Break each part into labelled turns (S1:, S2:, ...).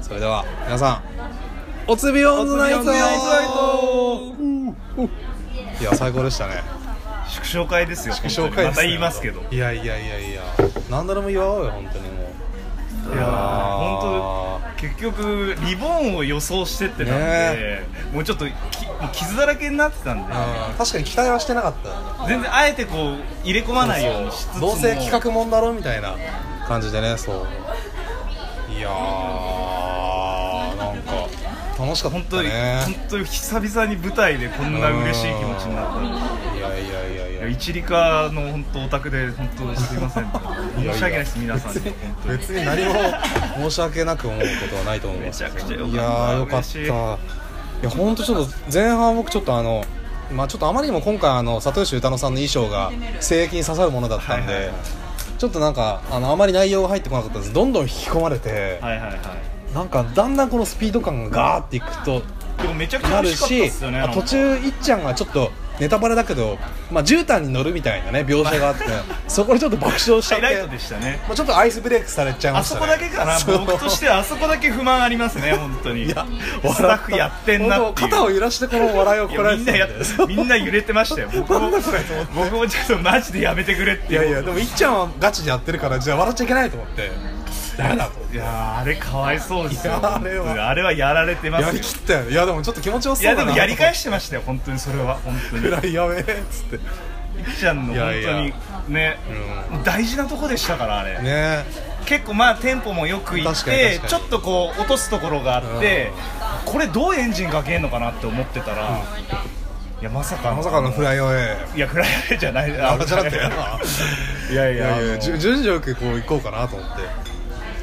S1: それでは皆さんおつびオンズナイトいや最高でしたね
S2: 祝勝会ですよ
S1: 祝勝会
S2: 本当にまた言いますけどい
S1: いやいやいやいや何だでも言おうよ本当にもう
S2: やー
S1: あ
S2: 本当結局リボンを予想してってたんで、
S1: ね
S2: もうちょっときもう傷だらけになってたんで
S1: ーうん確かに期待はしてなかったよね
S2: 全然あえてこう入れ込まないようにしつつも
S1: どうせ企画もんだろみたいな感じでねそういやーなんか楽しかったね
S2: 本当に、本当に久々に舞台でこんな嬉しい気持ちになった
S1: いやいやいやい
S2: い
S1: や
S2: や一理科の本当オタクで本当すいません申し訳ないです皆さんに
S1: 別に
S2: 本当に
S1: 別に何も申し訳なく思うことはないと思います
S2: めちゃくちゃ良かった
S1: いやーよかっ
S2: 嬉
S1: た
S2: しい
S1: いや本当ちょっと前半僕ちょっとあのまあちょっとあまりにも今回あの里吉歌乃さんの衣装が精役に刺さるものだったんで、
S2: はいはいはい
S1: ちょっとなんかあのあまり内容が入ってこなかったんですどんどん引き込まれて、
S2: はいはいはい
S1: なんかだんだんこのスピード感がガーっていくと
S2: でもめちゃくちゃ
S1: な
S2: 美
S1: る
S2: 味しかった
S1: し、
S2: ですよね
S1: あ途中いっちゃんがちょっとネタバレだけど、まあ絨毯に乗るみたいなね描写があ って、そこでちょっと爆笑しちゃ
S2: ハ
S1: って
S2: イライトでしたね
S1: まあちょっとアイスブレイクされちゃいま
S2: あ
S1: し
S2: そ
S1: た、ね、
S2: こだけかな
S1: そう
S2: 僕としてはあそこだけ不満あります ね本当に
S1: いや
S2: スタッフやってんな
S1: 本当
S2: っていう
S1: 肩を揺らしてこの笑いを
S2: い
S1: こら
S2: や
S1: れ
S2: み
S1: て
S2: ん
S1: た
S2: なんや
S1: で
S2: みんな揺れてまし たよ僕
S1: な
S2: も
S1: んだそれと思って
S2: 僕もちょっとマジでやめてくれって
S1: いやいやでもいっちゃんはガチでやってるからじゃあ笑っちゃいけないと思ってダメだと思っ
S2: い
S1: て
S2: やーあれかわいそうです
S1: い
S2: よ
S1: やあれは
S2: 本当にあれはやられてます
S1: や
S2: よ
S1: りきったよいやでもちょっと気持ちよさ
S2: い
S1: そ
S2: や
S1: うだ
S2: で
S1: な
S2: もやり返してましたよ本当にそれは本当に
S1: ぐらいやべえっつって
S2: ちゃんの
S1: い
S2: 本当
S1: や
S2: に
S1: いや
S2: ね、大事なとこでしたからあれ、
S1: ね
S2: 結構まあテンポもよくいっ
S1: 確かに
S2: て
S1: 確かに
S2: ちょっとこう落とすところがあって、これどうエンジンかけんのかなって思ってたら、いやまさか
S1: まさかのフライオンへ
S2: いやフライアウェイじゃない
S1: あじゃなくて
S2: いやい
S1: い
S2: や
S1: やいやじゅ順序よくこう行こうかなと思って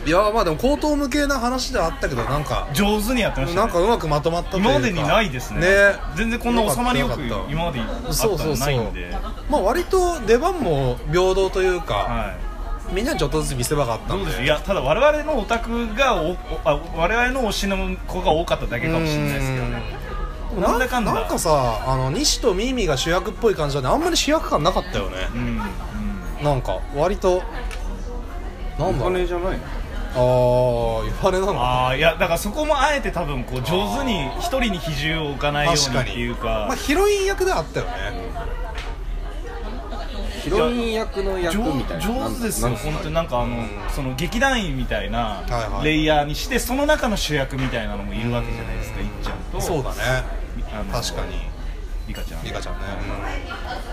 S1: いやまあでも口頭無形な話ではあったけどなんか
S2: 上手にやってました、ね、
S1: なんかうまくまとまったというか
S2: 今までにないですね全然こんな収まりよく
S1: かった
S2: 今まであった
S1: そうそ
S2: の
S1: うそ
S2: な
S1: う
S2: いんで
S1: まあ割と出番も平等というか、
S2: はい
S1: みんなにちょっとずつ見せ場があった
S2: ど
S1: ん
S2: う
S1: で
S2: ですいやただ我々のオタクがおおあ我々の推しの子が多かっただけかもしれないですけどね
S1: うん
S2: なんだかんだ
S1: なんかさあの西とミミが主役っぽい感じだねあんまり主役感なかったよね
S2: うん
S1: なんか割となんだろう
S2: じゃない
S1: ああ言われなの
S2: ああいやだからそこもあえて多分こう上手に一人に比重を置かないよ
S1: 確
S2: うに
S1: か
S2: ってい
S1: に
S2: うか
S1: まあ、ヒロイン役ではあったよね
S3: ヒロイン役の役みたいな
S2: 上上手ですよ
S3: なん
S2: 本当になんかあのその劇団員みたいない
S1: はい
S2: レイヤーにしてその中の主役みたいなのもいるわけじゃないですかいっちゃんと
S1: そうだね
S2: あの
S1: 確かに
S2: リカちゃん
S1: リカちゃんね、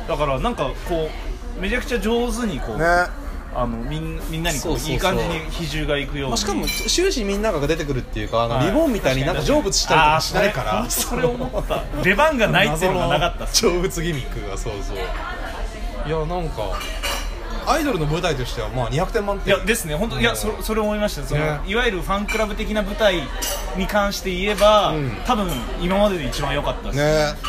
S2: だからなんかこうめちゃくちゃ上手にこう
S1: ね
S2: あのみんみんなにこう
S3: そうそうそう
S2: いい感じに比重がいくように、
S1: まあ、しかも終始みんなが出てくるっていうかあの、
S2: はい
S1: リボンみたいになんか成仏したりとかしないか
S2: あー
S1: ら
S2: それ本当それ思った出番がないっていうのがなかったっす
S1: 謎の成仏ギミックがそうそう いやなんかアイドルの舞台としてはまあ200点満
S2: い
S1: 点
S2: やですね本当いやそそれ思いましたその、
S1: ね
S2: いわゆるファンクラブ的な舞台に関して言えば、
S1: うん
S2: 多分今までで一番良かったです、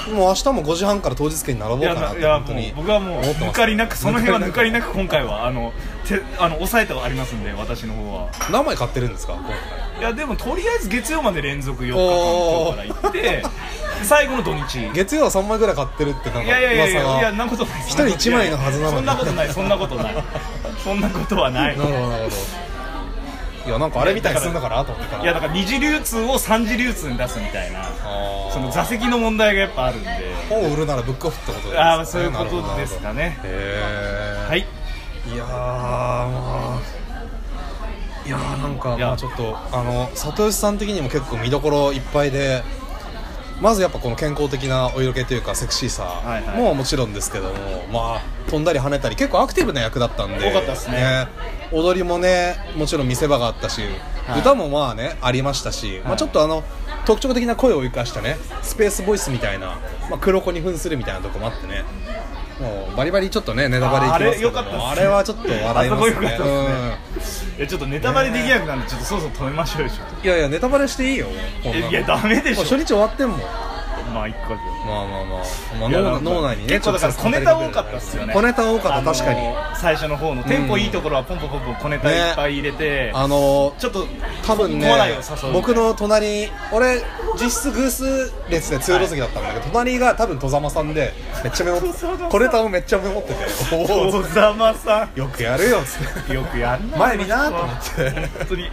S1: ねもう明日も5時半から当日券に並ぼう
S2: いや
S1: かな
S2: な
S1: っ
S2: い
S1: て
S2: や
S1: 本当
S2: もう
S1: に
S2: 僕はもう
S1: 思ってま
S2: 抜
S1: す
S2: かり なくその辺は抜かりなく今回はあのてあの抑えてはありますんで私の方は
S1: 何枚買ってるんですか今回
S2: いやでもとりあえず月曜まで連続4日間今日から行って 最後の土日
S1: 月曜は3枚ぐらい買ってるってなんか噂が
S2: いやいやいやいやいやなんことない
S1: 一人一枚のはずなのに
S2: そんなことないそんなことないそんなことはない
S1: なるほどなるほどいやなんかあれみたいにすんだかなと思ってから
S2: いやだから二次流通を三次流通に出すみたいな
S1: あー
S2: その座席の問題がやっぱあるんで
S1: 本を売るならブックオフってことですかね
S2: ああそういうこ
S1: なるほど
S2: とですかね
S1: へー
S2: はい
S1: いやーまあいやーなんか
S2: いや
S1: まあちょっとあの里吉さん的にも結構見どころいっぱいでまずやっぱこの健康的なお色気というかセクシーさ
S2: はいはい
S1: ももちろんですけども、まあ飛んだり跳ねたり結構アクティブな役だったんで
S2: 多かったっすね
S1: 踊りもねもちろん見せ場があったし、
S2: はい
S1: 歌もまあねありましたし、まあ、ちょっとあの特徴的な声を生かしたねスペースボイスみたいな、まあ、黒子に扮するみたいなとこもあってねもうバリバリちょっとねネタバレいきますけども
S2: ああれ良かったっすね
S1: あれはちょっと笑いま
S2: あそこ
S1: す
S2: 良かった
S1: ね
S2: っすねいやちょっとネタバレできなくなるんでちょっとそろそろ止めましょうよちょっ
S1: うんいやいやネタバレしていいよこんなの
S2: といやダメでし
S1: もう初
S2: ょ
S1: 日終わってんもんま
S2: まあ一個で
S1: あまあまあ、まあ、
S2: いやなん
S1: 脳
S2: か
S1: 脳内にね
S2: 結構だから小ネタ多かったっすよね
S1: 小ネタ多か
S2: あ
S1: った
S2: の
S1: 確かに
S2: 最初の方のテンポいいところはポンポンポンポン小ネタいっぱい入れて
S1: あの
S2: ちょっと
S1: 多分ね
S2: コアライを誘うみたいな
S1: 僕の隣俺実質偶数列で通路席だったんだけど、隣が多分戸様さんでめっちゃメモ
S2: 戸様さん
S1: 小ネタをめっちゃメモっててお
S2: 小ざまさ
S1: およくやるよっつって
S2: んよくやんな
S1: 前見なと思って
S2: 本当に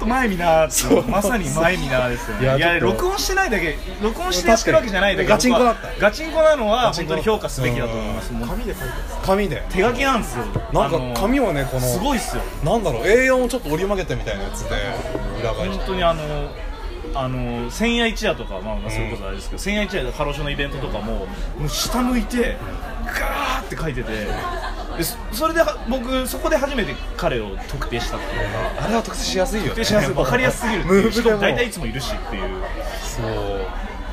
S2: と前見なーって
S1: そう
S2: まさに前見なーですよね
S1: い
S2: い
S1: や
S2: や
S1: ちょっと
S2: 録音してないだけ録音してやってるわけじゃないだけ
S1: ガチンコだった
S2: ガチンコなのは
S1: ガチンコ
S2: 本当に評価すべきだと思いますもう
S4: 紙で書いてます
S1: 紙で
S2: 手書きなんですよ
S1: な
S2: あ
S1: ん
S2: の
S1: か紙をねこの
S2: すごいっすよ
S1: なんだろう A4 をちょっと折り曲げてみたいなやつで裏返し
S2: 本
S1: て
S2: 当にあのあの千夜一夜とか、まあ、まあそういうことあれですけど、千夜一夜でハロショのイベントとかももう下向いてガーって書いててでそそれでは僕そこで初めて彼を特定したっていうか
S1: あれは特定しやすいよね
S2: 特定しやすい分かりやすすぎるって
S1: ム
S2: いう
S1: ーブで
S2: しか
S1: も
S2: も大体いつもいるしっていう
S1: そう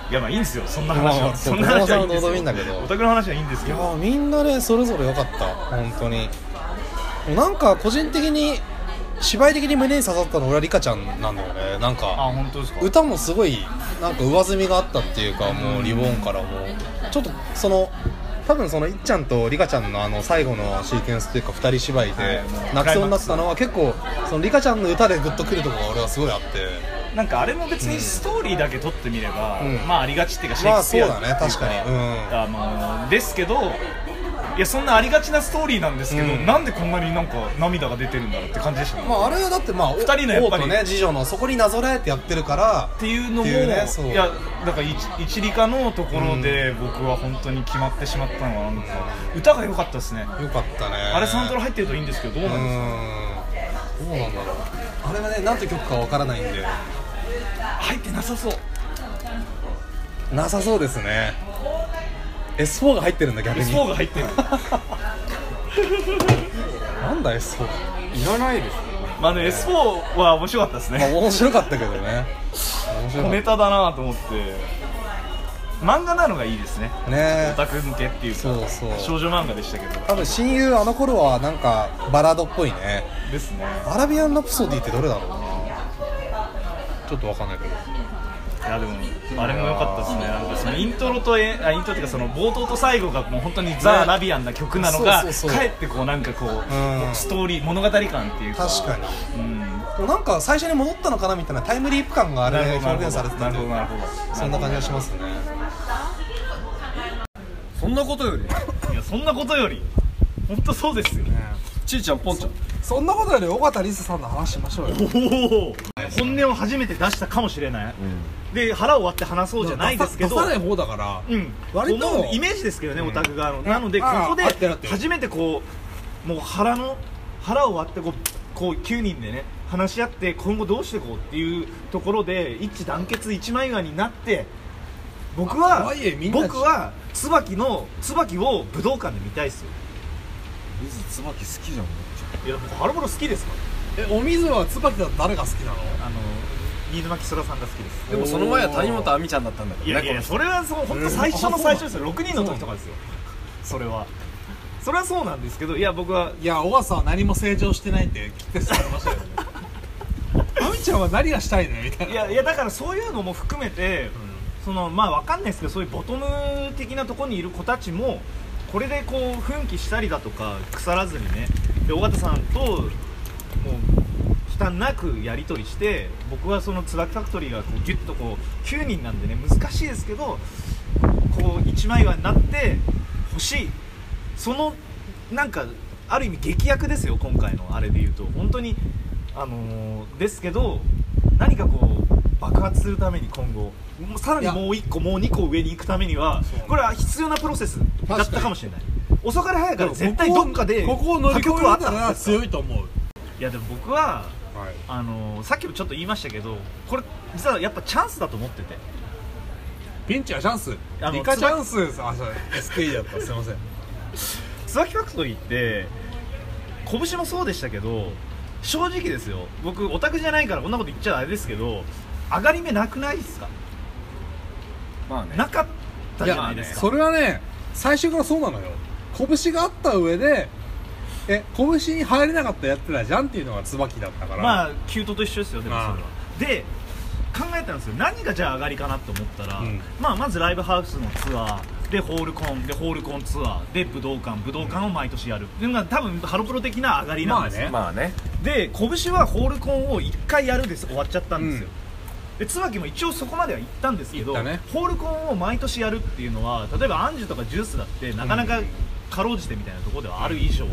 S2: いやまあいいんですよそんな話
S1: まあ
S2: はそんな話はいいんで
S1: 子供さ
S2: す
S1: んの望みんだけ
S2: よ
S1: ど
S2: オタクの話はいいんです
S1: い
S2: け
S1: や
S2: ど
S1: ーみんなねそれぞれ良かった本当になんか個人的に芝居的に胸に刺さったの俺はリカちゃんなんだよねなん
S2: あ
S1: か
S2: 本当ですか
S1: 歌もすごいなんか上積みがあったっていうかもうリボーンからもうちょっとその多分そのいっちゃんとリカちゃんのあの最後のシーケンスというか2人芝居で泣きそうになってたのは結構そのリカちゃんの歌でグッとくるところが俺はすごいあって
S2: なんかあれも別にストーリーだけ撮ってみれば、
S1: うん
S2: まあありがちっていうかシェイクスピア
S1: まあそうだね
S2: っていう
S1: 確かにうん
S2: あのですけどいやそんなありがちなストーリーなんですけど、
S1: うん
S2: なんでこんなになんか涙が出てるんだろうって感じでしたね、
S1: まああれはだってまあ二
S2: 人のやっぱり
S1: 王とね次女のそこになぞらえてやってるから
S2: っていうのも
S1: っていうねそう
S2: いやだから一一理科のところで僕は本当に決まってしまったのはなんか、歌が良かったですね、
S1: よかったね
S2: あれサントラ入ってるといいんですけどどう
S1: う
S2: なんです
S1: ー
S2: か、
S1: んどうなんだろうあれはね何て曲かわからないんで
S2: 入ってなさそう
S1: なさそうですね S4 が入ってるんだ逆に
S2: S4 が入っ てる
S1: なんだ S4
S4: いらないですよ
S2: まあね S4 は面白かったですね、
S1: まあ面白かったけどね面白
S2: 小
S1: か
S2: ネ
S1: っ
S2: タだなと思って漫画なのがいいですね
S1: たね
S2: オタク向けっていうか
S1: そうそう
S2: 少女漫画でしたけど
S1: 多分親友あの頃はなんかバラードっぽいね
S2: ですね
S1: アラビアン・ラプソディってどれだろうなちょっとわかんないけど
S2: いやでもあれも良かったですねなんかそのイントロとえあイントロっていうかその冒頭と最後がもう本当にザ・ラビアンな曲なのが、
S1: そうそうそう
S2: かえってこうなんかこう、
S1: ん
S2: ストーリー物語感っていうか
S1: 確かに
S2: うん
S1: でもなんか最初に戻ったのかなみたいなタイムリープ感があれ
S2: なる
S1: で
S2: ほどな
S1: 表
S2: るほ
S1: 現
S2: ど
S1: されてた
S2: な
S1: と
S2: る
S1: い
S2: ほ
S1: う
S2: ど
S1: か
S2: なるほど
S1: そんな感じがしますね
S4: そんなことより
S2: いやそんなことより本当そうですよ
S4: ちいちゃんぽんちゃん
S3: そんなことより尾形リスさんの話しましょうよ
S2: おお本音を初めて出したかもしれない、で腹を割って話そうじゃないですけど
S3: 出さない方だから
S2: うん、
S3: 割と
S2: このイメージですけどね、オタク側の、なのでこ
S3: ああ
S2: こで
S3: 合ってる合ってる
S2: 初めてこうもう腹の腹を割ってこうこう9人でね話し合って今後どうしていこうっていうところで一致団結一枚岩になって僕
S3: あと
S2: は
S3: はいえみんな
S2: 僕は椿の椿を武道館で見たいですよ
S4: 水椿好きじゃん
S2: いや僕ハロボロ好きですから
S3: えお水は椿だと誰が好きなの
S2: あの新沼紀空さんが好きです
S4: でもその前は谷本亜美ちゃんだったんだけ
S2: い
S4: ど
S2: や
S4: ね
S2: いやそれはそう本当最初の最初ですよ6人の時とかですよそれはそれはそうなんですけどいや僕はい
S3: や尾形は何も成長してないって切ってされましたよね亜美ちゃんは何がしたいのみたいない
S2: やいやだからそういうのも含めて、そのまあわかんないですけどそういうボトム的なところにいる子たちもこれでこう奮起したりだとか腐らずにねで尾形さんともう忌憚なくやり取りして僕はそのツバキファクトリーがこうギュッとこう9人なんでね難しいですけどこう一枚岩になってほしいそのなんかある意味劇薬ですよ今回のあれで言うと本当にあのーですけど何かこう爆発するために今後もうさら
S3: い
S2: に
S3: や
S2: もう1個もう2個上に行くためには
S3: そう
S2: これは必要なプロセスだったかもしれない遅かれ早かれ絶対
S3: ここを
S2: どっかで
S3: ここを乗り越え
S2: 破局はあ
S3: た
S2: ったは
S3: ら
S2: ずですよ
S3: 強いと思う
S2: いやでも僕は
S1: はい
S2: あのーさっきもちょっと言いましたけどこれ実はやっぱチャンスだと思ってて
S3: ピンチはチャンス
S2: あの
S3: リカ
S2: つ
S3: チ
S2: ば
S3: ャンスですあそう SKE だったすいません
S2: ツバキファクトリーって拳もそうでしたけど正直ですよ僕オタクじゃないからこんなこと言っちゃあれですけど上がり目なくないですか
S4: まあね
S2: なかったじゃないですか
S3: それはね最初からそうなのよ拳があった上でえ拳に入れなかったやってたじゃんっていうのが椿だったから
S2: まあキュートと一緒ですよでもそれは
S3: ま
S2: で考えたんですよ何がじゃあ上がりかなと思ったら、
S1: うん
S2: まあまずライブハウスのツアーでホールコンでホールコンツアーで武道館武道館を毎年やるっていうのが多分ハロプロ的な上がりなんですよ、
S4: まあね
S2: で拳はホールコンを1回やるです終わっちゃったんですよ、で椿も一応そこまでは行ったんですけど、
S3: 行ったね
S2: ホールコンを毎年やるっていうのは例えばアンジュとかジュースだってなかなかかろうじてみたいなところではある以上、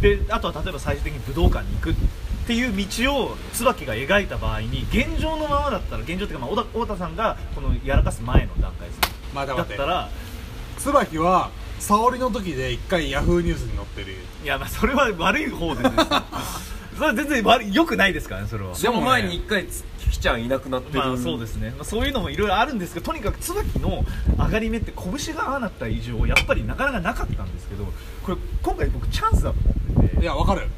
S2: であとは例えば最終的に武道館に行くっっていう道を椿が描いた場合に現状のままだったら現状っていうか、まあ、小田太田さんがこのやらかす前の段階ですね
S3: まだ
S2: だ
S3: 待
S2: っ
S3: って
S2: たら
S3: 椿は沙織の時で一回ヤフーニュースに載ってる
S2: いやまあそれは悪い方で ねそれは全然悪い良くないですからねそれは
S4: でも前に一回つキキちゃんいなくなってる、
S2: まあそうですね、まあ、そういうのもいろいろあるんですけどとにかく椿の上がり目って拳がああなった以上やっぱりなかなかなかったんですけどこれ今回僕チャンスだと思ってて
S3: いやわかる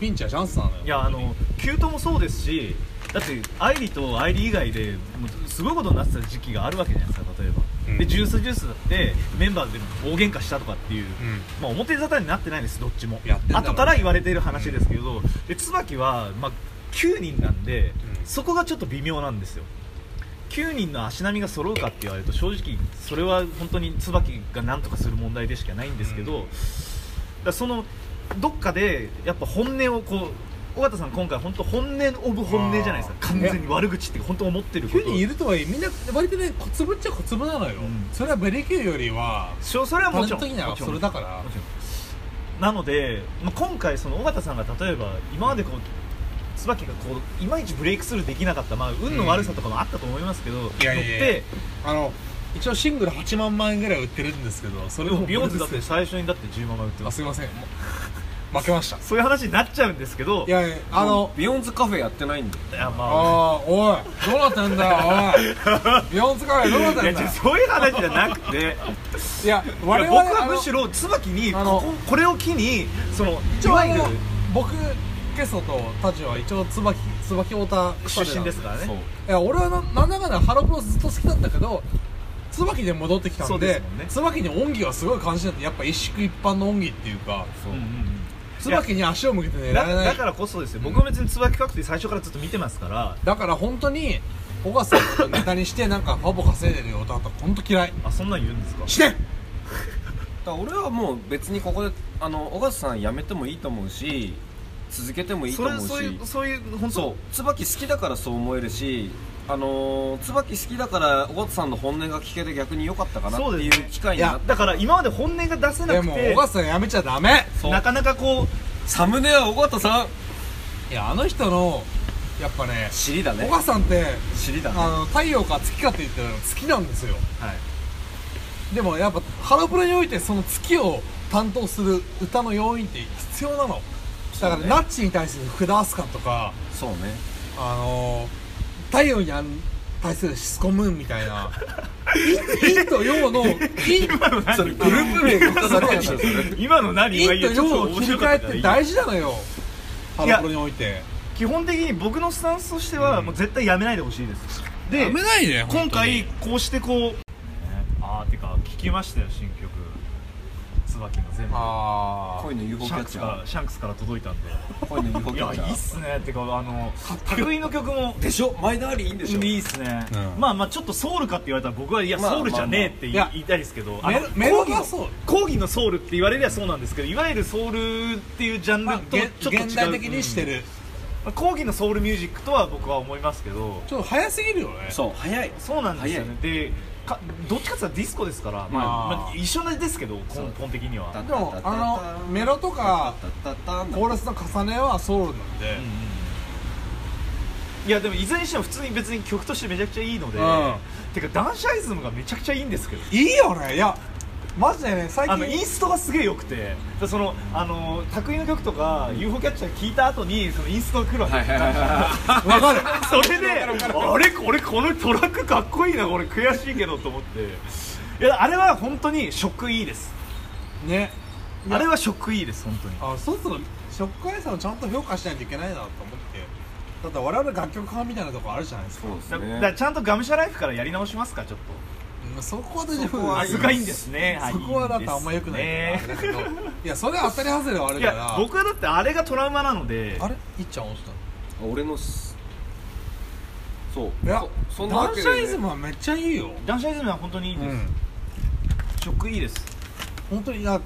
S3: ピンチはチャンスなのよ
S2: いやあのキュートもそうですしだって愛梨と愛梨以外でもうすごいことになってた時期があるわけじゃないですか例えば、
S1: うん
S2: でジュースジュースだってメンバーで大喧嘩したとかっていう、まあ、表沙汰になってないですどっちも
S3: やってんだろうね
S2: 後から言われている話ですけど、で椿は、まあ、9人なんで、
S1: うん
S2: そこがちょっと微妙なんですよ9人の足並みが揃うかって言われると正直それは本当に椿が何とかする問題でしかないんですけど、だからそのどっかでやっぱ本音をこう尾形さん今回本当本音オブ本音じゃないですか
S3: あー
S2: 完全に悪口って本当思ってること
S3: 9人いるとはいえみんな割とね小粒っちゃ小粒なのよ、
S2: うん
S3: それはベリキューよりは
S2: しょそれはもちろん
S3: タレント的には
S2: もちろん
S3: それだから
S2: もちろんなので、まあ、今回その尾形さんが例えば今までこう椿がこういまいちブレイクスルーできなかった、まあ、運の悪さとかもあったと思いますけど、
S3: いやいやいや
S2: 乗って
S3: あの一応シングル8万枚ぐらい売ってるんですけどそれ
S2: で
S3: を
S2: もビヨンズだって最初にだって10万枚売ってま
S3: あ
S2: す
S3: すいませんもう負けました
S2: そういう話になっちゃうんですけど
S3: いやいやあ
S4: あ
S3: の
S4: のビヨンズカフェやってないんだよ
S2: いやまあ
S3: ああおいどうなってんだよおいビヨンズカフェどうなって
S2: いや
S3: んだ
S2: 違
S3: よ
S2: うそういう話じゃなくて
S3: いや
S2: 僕
S3: 我々
S2: はむし
S3: ろ
S2: ろ椿にこ
S3: あの
S2: ここれを機にその
S3: 一
S2: い
S3: 応
S2: わ
S3: あ
S2: ゆる
S3: の僕ゲストとタジは一応椿椿太田草部なん
S2: 出身ですからね
S4: そう
S3: いや俺はななんだかんだハロプロずっと好きだったけど椿で戻ってきた
S2: そうんで
S3: です
S2: もんね
S3: 椿に恩義はすごい感じだってやっぱ一宿一般の恩義っていうか
S4: そう、
S2: うんうんうん
S3: 椿に足を向けて寝られ
S2: だ
S3: ない
S2: だからこそですよ僕は別に椿確定最初からずっと見てますから
S3: だから本当に小川さんとネタにしてなんかファボ稼いでるよだと本当嫌い
S2: あそんなん言うんですか
S3: してん
S4: だから俺はもう別にここであの小笠さん辞めてもいいと思うし続けてもいいと
S2: それ
S4: 思うし
S2: そういうそういう本当
S4: そう椿好きだからそう思えるしあのー、椿好きだから小笠さんの本音が聞けて逆に良かったかなって
S2: そう
S4: い
S2: ですね
S4: う機会になっ
S2: だから今まで本音が出せ
S3: で
S2: なく
S3: も
S2: て
S3: 小川さんやめちゃダメ
S4: そう
S2: なかなかこ
S4: サムネは尾形さん
S3: いやあの人のやっぱね
S4: 尻だ
S3: 小
S4: ね
S3: 川さんって
S4: 尻だね
S3: あの太陽か月かって言ってたの月なんですよ
S2: う、はい、
S3: でもやっぱハロプロにおいてその月を担当する歌の要因って必要なのだから、
S4: そうね
S3: ナッチに対する福田明日香とか
S4: そうね
S3: あの太陽にあん対するシスコムーンみた いな陰と陽の陰
S4: それグループ名が渡されてるでしょ それ
S2: 今の何
S3: 陰
S2: ま
S3: と
S2: あいいやちょっ
S3: 陽
S2: と
S3: を
S2: 面
S3: 切り
S2: 白か
S3: 替え
S2: っ
S3: っ
S2: か
S3: た
S2: ら
S3: て
S2: いい
S3: 大事なのよハ
S2: いや
S3: ロプロにおいて
S2: 基本的に僕のスタンスとしては、もう絶対やめないでほしいですで
S3: ないで
S2: 今回こうしてこう、ねああてか聞きましたよ新曲椿の全部
S3: ああ
S4: 恋の UFO
S2: シ
S4: キ
S2: ャン
S4: ャッ
S2: クス
S4: チ
S2: か
S4: ャ
S2: らシャンクスから届いたんで
S4: ー恋の UFO
S2: い
S4: キャ
S2: や
S4: ッ
S2: い
S4: チャ
S2: いっ
S4: ー
S2: すねてかあの匠の曲も
S4: でしょ前田ありいいんでしょ
S2: いいっすね、
S3: うん
S2: まあまあちょっとソウルかって言われたら僕はいや
S4: まあ
S2: ソウルじゃねえって言い,、
S3: まあまあ
S2: 言いたいですけど
S3: メロメロが
S2: の
S3: ソウル
S2: 講義のソウルって言われりゃそうなんですけどいわゆるソウルっていうジャン
S3: まあ
S2: ルと
S3: げ
S2: ちょっと違う、
S3: 現代的にしてる
S2: うん、講義のソウルミュージックとは僕は思いますけど
S3: ちょっと早すぎるよね
S4: そう早い
S2: そうなんですよねでかどっちかっていうとディスコですから、まあまあ、一緒ですけど根本的には、
S4: だ
S3: でもあのメロとかコーラスの重ねはソウルなんで、
S2: うんうんいやでもいずれにしても普通に別に曲としてめちゃくちゃいいので、
S3: うん
S2: てかダンシャイズムがめちゃくちゃいいんですけど
S3: いいよねいやマジでね最
S2: あのイン
S3: 近
S2: ストがすげえ良くてでそのあの匠の曲とか UFO キャッチャー聞いた後にそのインストが来るわけ、
S4: はいはいはいは
S3: わ かる
S2: それであれ俺このトラックかっこいいなこれ悔しいけどと思っていやあれは本当にショックいいです
S3: ね
S2: あれはショックいいです本当に
S3: あそろそろショックアイさんをちゃんと評価しないといけないなと思ってだって我々楽曲派みたいなとこあるじゃないですか
S4: そうです
S2: だだから
S4: ね
S2: ちゃんとガムシャライフからやり直しますかちょっ
S3: うんそこは大丈
S4: そ
S3: 夫
S4: こは
S2: と
S4: い
S2: すがいいんですね
S3: そこはだってあんま良くない
S2: ね
S3: からあれだけどいやそれは当たり外れはある
S2: い
S3: か
S2: や
S3: ら
S2: 僕はだってあれがトラウマなので
S3: あれいっちゃん落ちたの
S4: 俺のすそう
S3: いや
S4: そそんな
S3: ダ
S4: わ
S3: ン
S4: け
S3: シ
S4: でね
S3: ャイズムはめっちゃいいよ
S2: ダンシャイズムは本当にいいです、ショックいいです
S3: 本当にいや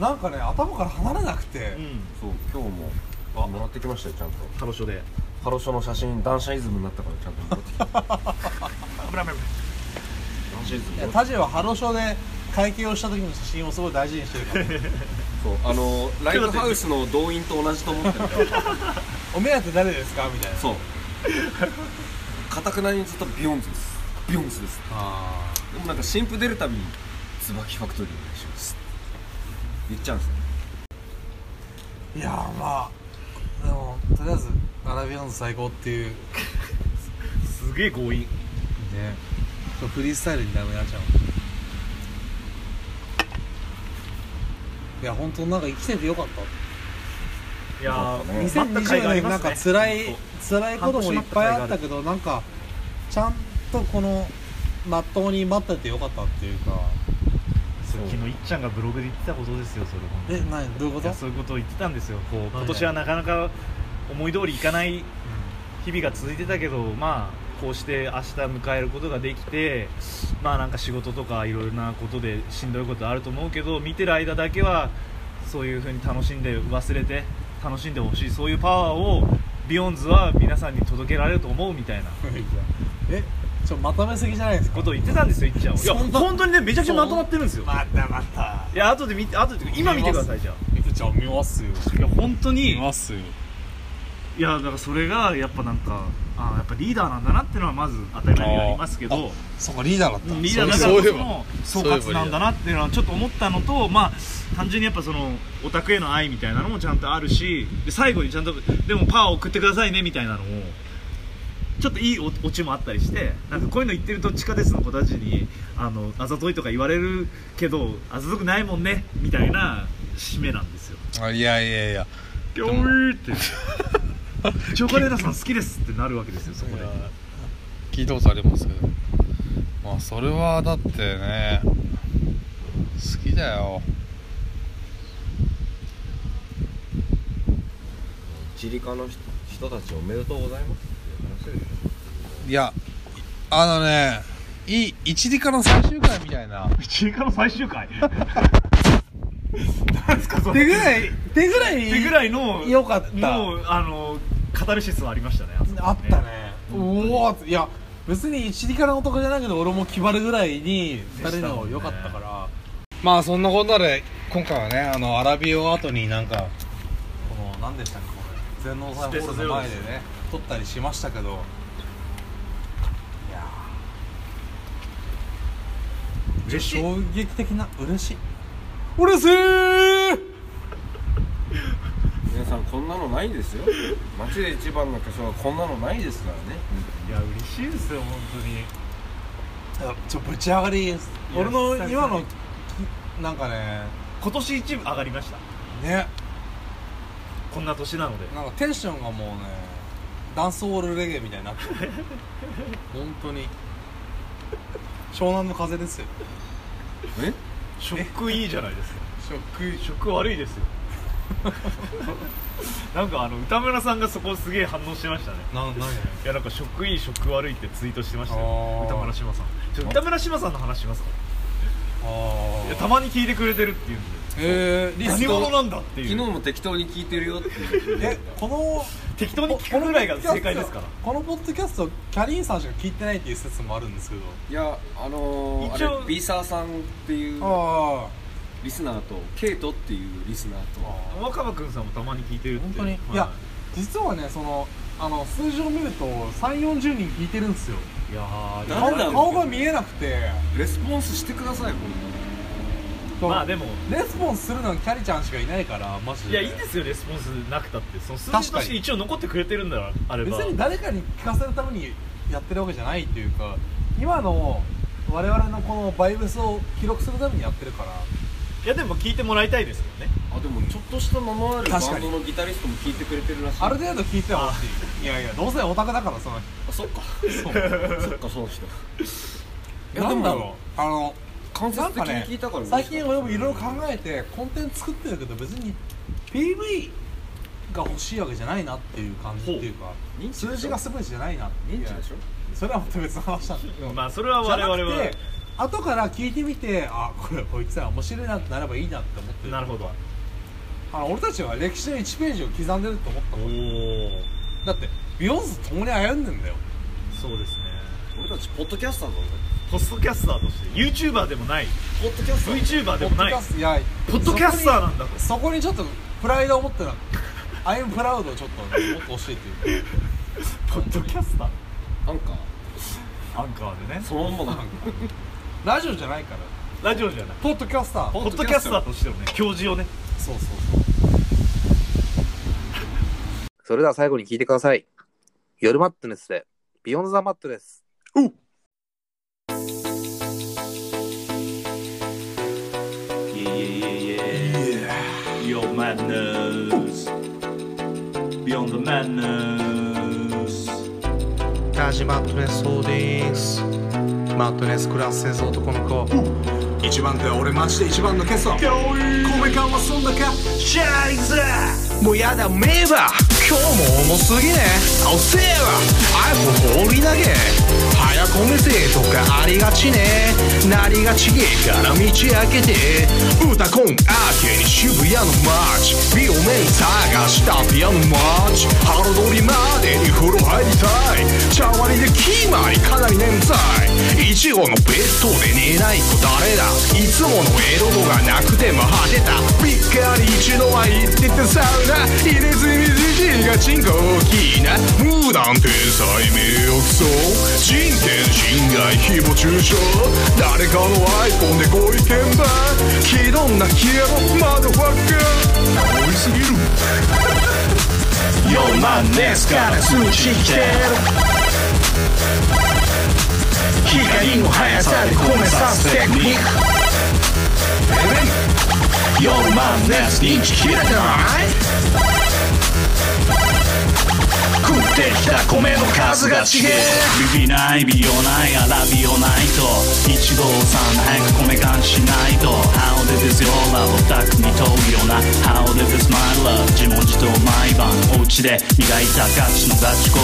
S3: なんかね頭から離れなくて、
S2: うん
S4: そう今日ももらってきましたよちゃんと
S2: ハロショで
S4: ハロショの写真ダンシャイズムになったからちゃんと 戻ってきた
S2: 危ない危ない危ない
S4: ダンシャイズム戻
S3: い
S4: ってき
S3: や
S4: た
S3: タジェはハロショで会計をした時の写真をすごい大事にしてるから
S4: そうあのライブハウスの動員と同じと思ってるから
S3: お目当て誰ですかみたいな
S4: そうかたくなにずっとビヨンズですビヨンズです
S3: あ
S4: でもなんか新婦出るたびに「椿ファクトリーお願いします」言っちゃうんですよね
S3: ーいやーまあでもとりあえずアラビアンズ最高っていうね
S2: すげえ強引
S3: ちょっとフリースタイルにダメになっちゃういや本当なんか生きててよかった
S2: いやー
S4: ね
S2: 待った甲斐があ
S3: 2020
S2: り
S3: 年
S2: ま
S3: なん
S2: すね
S3: か辛い辛いこともいっぱいあったけどなんかちゃんとこのまっとうに待っててよかったっていうか
S2: そう昨日いっちゃんがブログで言ってたことですよそれ本当に
S3: え何どういうこ
S2: い
S3: と
S2: やそういうことを言ってたんですよこう
S3: いはい
S2: 今年はなかなか思い通りいかない日々が続いてたけどまあこうして明日迎えることができてまあなんか仕事とかいろいろなことでしんどいことあると思うけど見てる間だけはそういう風に楽しんで忘れて楽しんでほしいそういうパワーをビヨンズは皆さんに届けられると思うみたいな
S3: えちょまとめすぎじゃないですか
S2: ことを言ってたんですよいっちゃんはいや
S3: そんな
S2: 本当にねめちゃくちゃまとまってるんですよ
S3: またまた
S2: いや後で見て後でというか今見てくださいじゃあ
S3: いくちゃん見ますよ
S2: いや本当に
S3: すよ
S2: いやだからそれがやっぱなんかあやっぱリーダーなんだなっていうのはまず当たり前にありますけ
S1: あ
S2: ど
S1: そうかリーダーだった
S2: リーダーだか
S1: そ
S2: ら
S1: う
S2: こ
S1: いえ
S2: そ
S1: ば
S2: の総括なんだなっていうのはちょっと思ったのとまあ単純にやっぱそのオタクへの愛みたいなのもちゃんとあるしで最後にちゃんとでもパワーを送ってくださいねみたいなのをちょっといいおオチもあったりしてなんかこういうの言ってると地下鉄の子たちにあのあざといとか言われるけどあざとくないもんねみたいな締めなんですよ
S1: あいやいやいや
S2: ギョーって 「チョコレートさん好きです」ってなるわけですよそこで
S1: 聞いたことありますけどまあそれはだってね好きだよ
S4: チリカの人人たちおめでとうございますっていう話でしょ
S1: いやあのねいい一理科の最終回みたいな
S2: チリカの最終 回何ですかそ
S3: 手
S2: れ
S3: ぐらい手ぐらい
S2: 手ぐらいの
S3: よかった
S2: もうあのカタルシスはありましたねそこ
S3: あったねうおーいや別に一理科の男じゃないけど俺も決まるぐらいに二人の方が良かったから
S1: まあそんなことで今回はねあのアラビオ後になんか
S3: この何でしたっけこれ全農祭ホールの前でね撮ったりしましたけどいや
S2: 嬉
S3: ー
S2: しい
S3: 衝撃的な嬉しい嬉しい
S4: 皆さんこんなのないですよ街で一番の巨匠はこんなのないですからね
S2: いや嬉しいですよ本当に
S3: やちょぶち上がりです
S2: いや
S3: 俺の
S2: 久々に
S3: 今のきなんかね
S2: 今年一部上がりました
S3: ね
S2: こんな年なので
S3: なんかテンションがもうねダンスホールレゲエみたいになってる本当に湘南の風ですよ
S4: え
S2: 食いいじゃないですか
S3: 食
S2: 食悪いですよ なんかあの歌村さんがそこすげえ反応してましたね
S3: な何
S2: いやなんか食いい食悪いってツイートしてました
S3: あ
S2: よ
S3: ー
S2: 歌村島さんちょ歌村島さんの話しますか
S3: あ
S2: いやたまに聞いてくれてるっていうんで
S3: えー、リス
S2: 何者
S3: ト
S2: なんだって
S4: 昨
S2: い
S4: 日
S2: う
S4: も適当に聞いてるよって
S3: えこの
S2: 適当に聞くぐらいが正解ですから
S3: このポッドキャストキャリーンさんしか聞いてないっていう説もあるんですけど
S4: いやあのー、
S2: 一応
S4: あれビーサーさんっていう
S3: あ
S4: リスナーとケイトっていうリスナーと
S2: 若葉君さんもたまに聞いてるって
S3: 本当に、、
S2: はいい
S3: や実はねそのあの数字を見ると3 4 0人聞いてるんですよ
S2: いやー
S4: だ
S3: 顔
S4: なんだ
S3: 顔が見えなくて
S4: レスポンスしてください本
S2: まあでも
S3: レスポンスするのはキャリちゃんしかいないからマジ
S2: い
S3: で
S2: やいいですよレスポンスなくたってその数字と
S3: 確
S2: し
S3: か
S2: て
S3: に
S2: 一応残ってくれてるんだらあれ
S3: 別
S2: ば
S3: に誰かに聞かせるためにやってるわけじゃないっていうか今の我々のこのバイブスを記録するためにやってるから
S2: いやでも聞いてもらいたいですもんね
S4: 当あでもちょっとした名のあるバ
S3: 確か
S4: ン
S3: に
S4: ドのギタリストも聞いてくれてるらしい
S3: ある程度聞いてはほしいいやいやどうせオタクだからその人
S4: あそっかそうそっかそう人いや
S3: なんだ
S4: でも
S3: ろうあの
S4: 間接
S3: なん
S4: 的
S3: かね
S4: に聞いたから、
S3: 最近俺もいろいろ考えてコンテンツ作ってるけど別に PV が欲しいわけじゃないなっていう感じっていうか
S4: 認知でしょ
S3: 数字が全てじゃないなって
S4: 認知でしょ
S3: それはまた別の話なんだけど
S2: まあそれは我々
S3: じゃな
S2: は
S3: くて後から聞いてみてあこれこいつら面白いなってなればいいなって思ってる
S2: なるほど
S3: あの俺たちは歴史の1ページを刻んでると思った
S2: お
S3: もん
S2: お
S3: だってビヨンズと共に歩んでんだよ
S2: そうですね
S4: 俺たちポッドキャスターだぞ
S2: ポッドキャスターとして YouTuber でもない
S4: ポッドキャスター
S2: VTuber でもない
S3: ポッドキャスいや
S2: ポッドキャスターなんだと
S3: そこにそこにちょっとプライドを持ってなアイムプラウドをちょっとね、もっと欲しいっていうか
S5: ポッドキャスター
S2: アンカー
S5: アンカーでね
S2: そのもの
S3: ラジオじゃないから
S5: ラジオじゃない
S3: ポッドキャスター
S5: ポッドキャスターとしてのね教授をね
S3: そうそう
S6: それでは最後に聞いてください。夜マットネスで、ビヨンドザマットです。
S5: Yeah, yeah, yeah, yeah. Your madness. Beyond the madness.
S1: タジマットネスホールディングスマットネスクラス生男の子
S3: 一番で俺マジで一番のケソ米感はそんだか
S1: シャイズもうやだメーバー今日も重すぎねおせえわ iPhone 放り投げ早込めてとかありがちねなりがちげえから道開けて歌コン明けに渋谷の街美容面探したピアノマッチハロドリまでに風呂入りたい茶割りで決まりかなり眠たいいちごのベッドで寝ない子誰だいつものエロ度がなくても果てたびっかり一度は言ってたサウナ入れ墨じじいがチンコ大きいな無断天才名誉毀損人権侵害誹謗中傷誰かのアイコンでご意見番気どんな消えろマドファッカー多いすぎる
S5: Your madness から通知来てる。光の速さで込めさすテクニック。Your madness 認知切れてない食ってきた米の数が違えビビない美容ないアラビオないと一度さん早く米感しないと How did this your love オタクに問うような How did this my love 自問自答毎晩お家で磨いたガチのガチ恋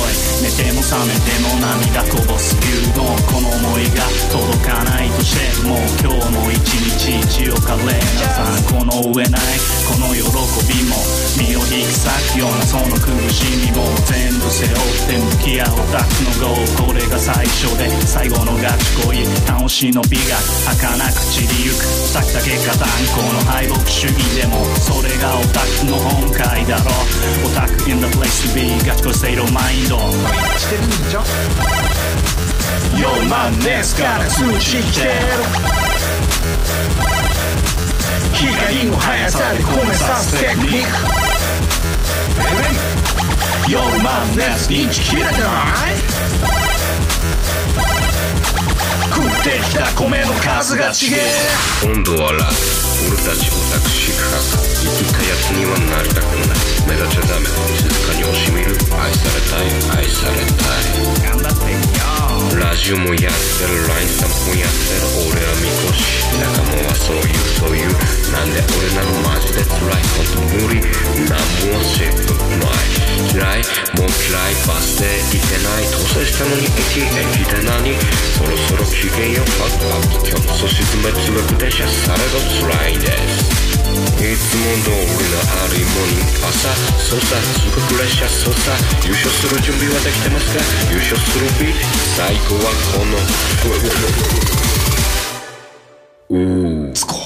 S5: 寝ても覚めても涙こぼす牛丼この思いが届かないとしても今日も一日一応カレーなさんこの上ないこの喜びも身を引き裂くようなその苦しみも全部背負って向き合うオタクの号これが最初で最後のガチ恋楽しの美が儚く散りゆくさきた結果断固の敗北主義でもそれがオタクの本懐だろオタク in the place to be ガチ恋セイロマインド
S3: してるんでしょ
S5: Your madness から通知来てる光の速さで込めさすテクニック Your madness 認知切れてない食ってきた米の数が違え
S7: 今度はラ俺たちオタク四角生きたやつにはなりたくない目立ちゃダメ静かに惜しみる愛されたい愛さ
S5: 頑
S7: れた
S5: 張ってみよう
S7: いラジオもやってる LINE さんもやってる俺はみこし仲間はそういうそういうなんで俺なのマジで辛いこと無理なんもせっくない嫌いもう嫌いバスで行けない当選したのに駅駅で何そろそろ機嫌よファックファック今日もそし詰めつぶくでシャされど辛いですいつも通りのあるいもに朝操作すごく列車操作優勝する準備はできてますか優勝する日最後はこのうーつこ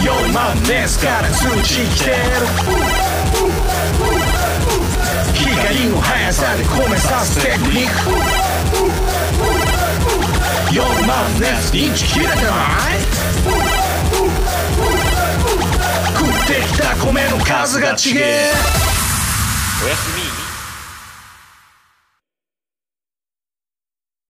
S5: Your madness から通知来てる光の速さで込めさすテクニック Your madness 認知切れてない食ってきた米の数が違え
S7: おやすみ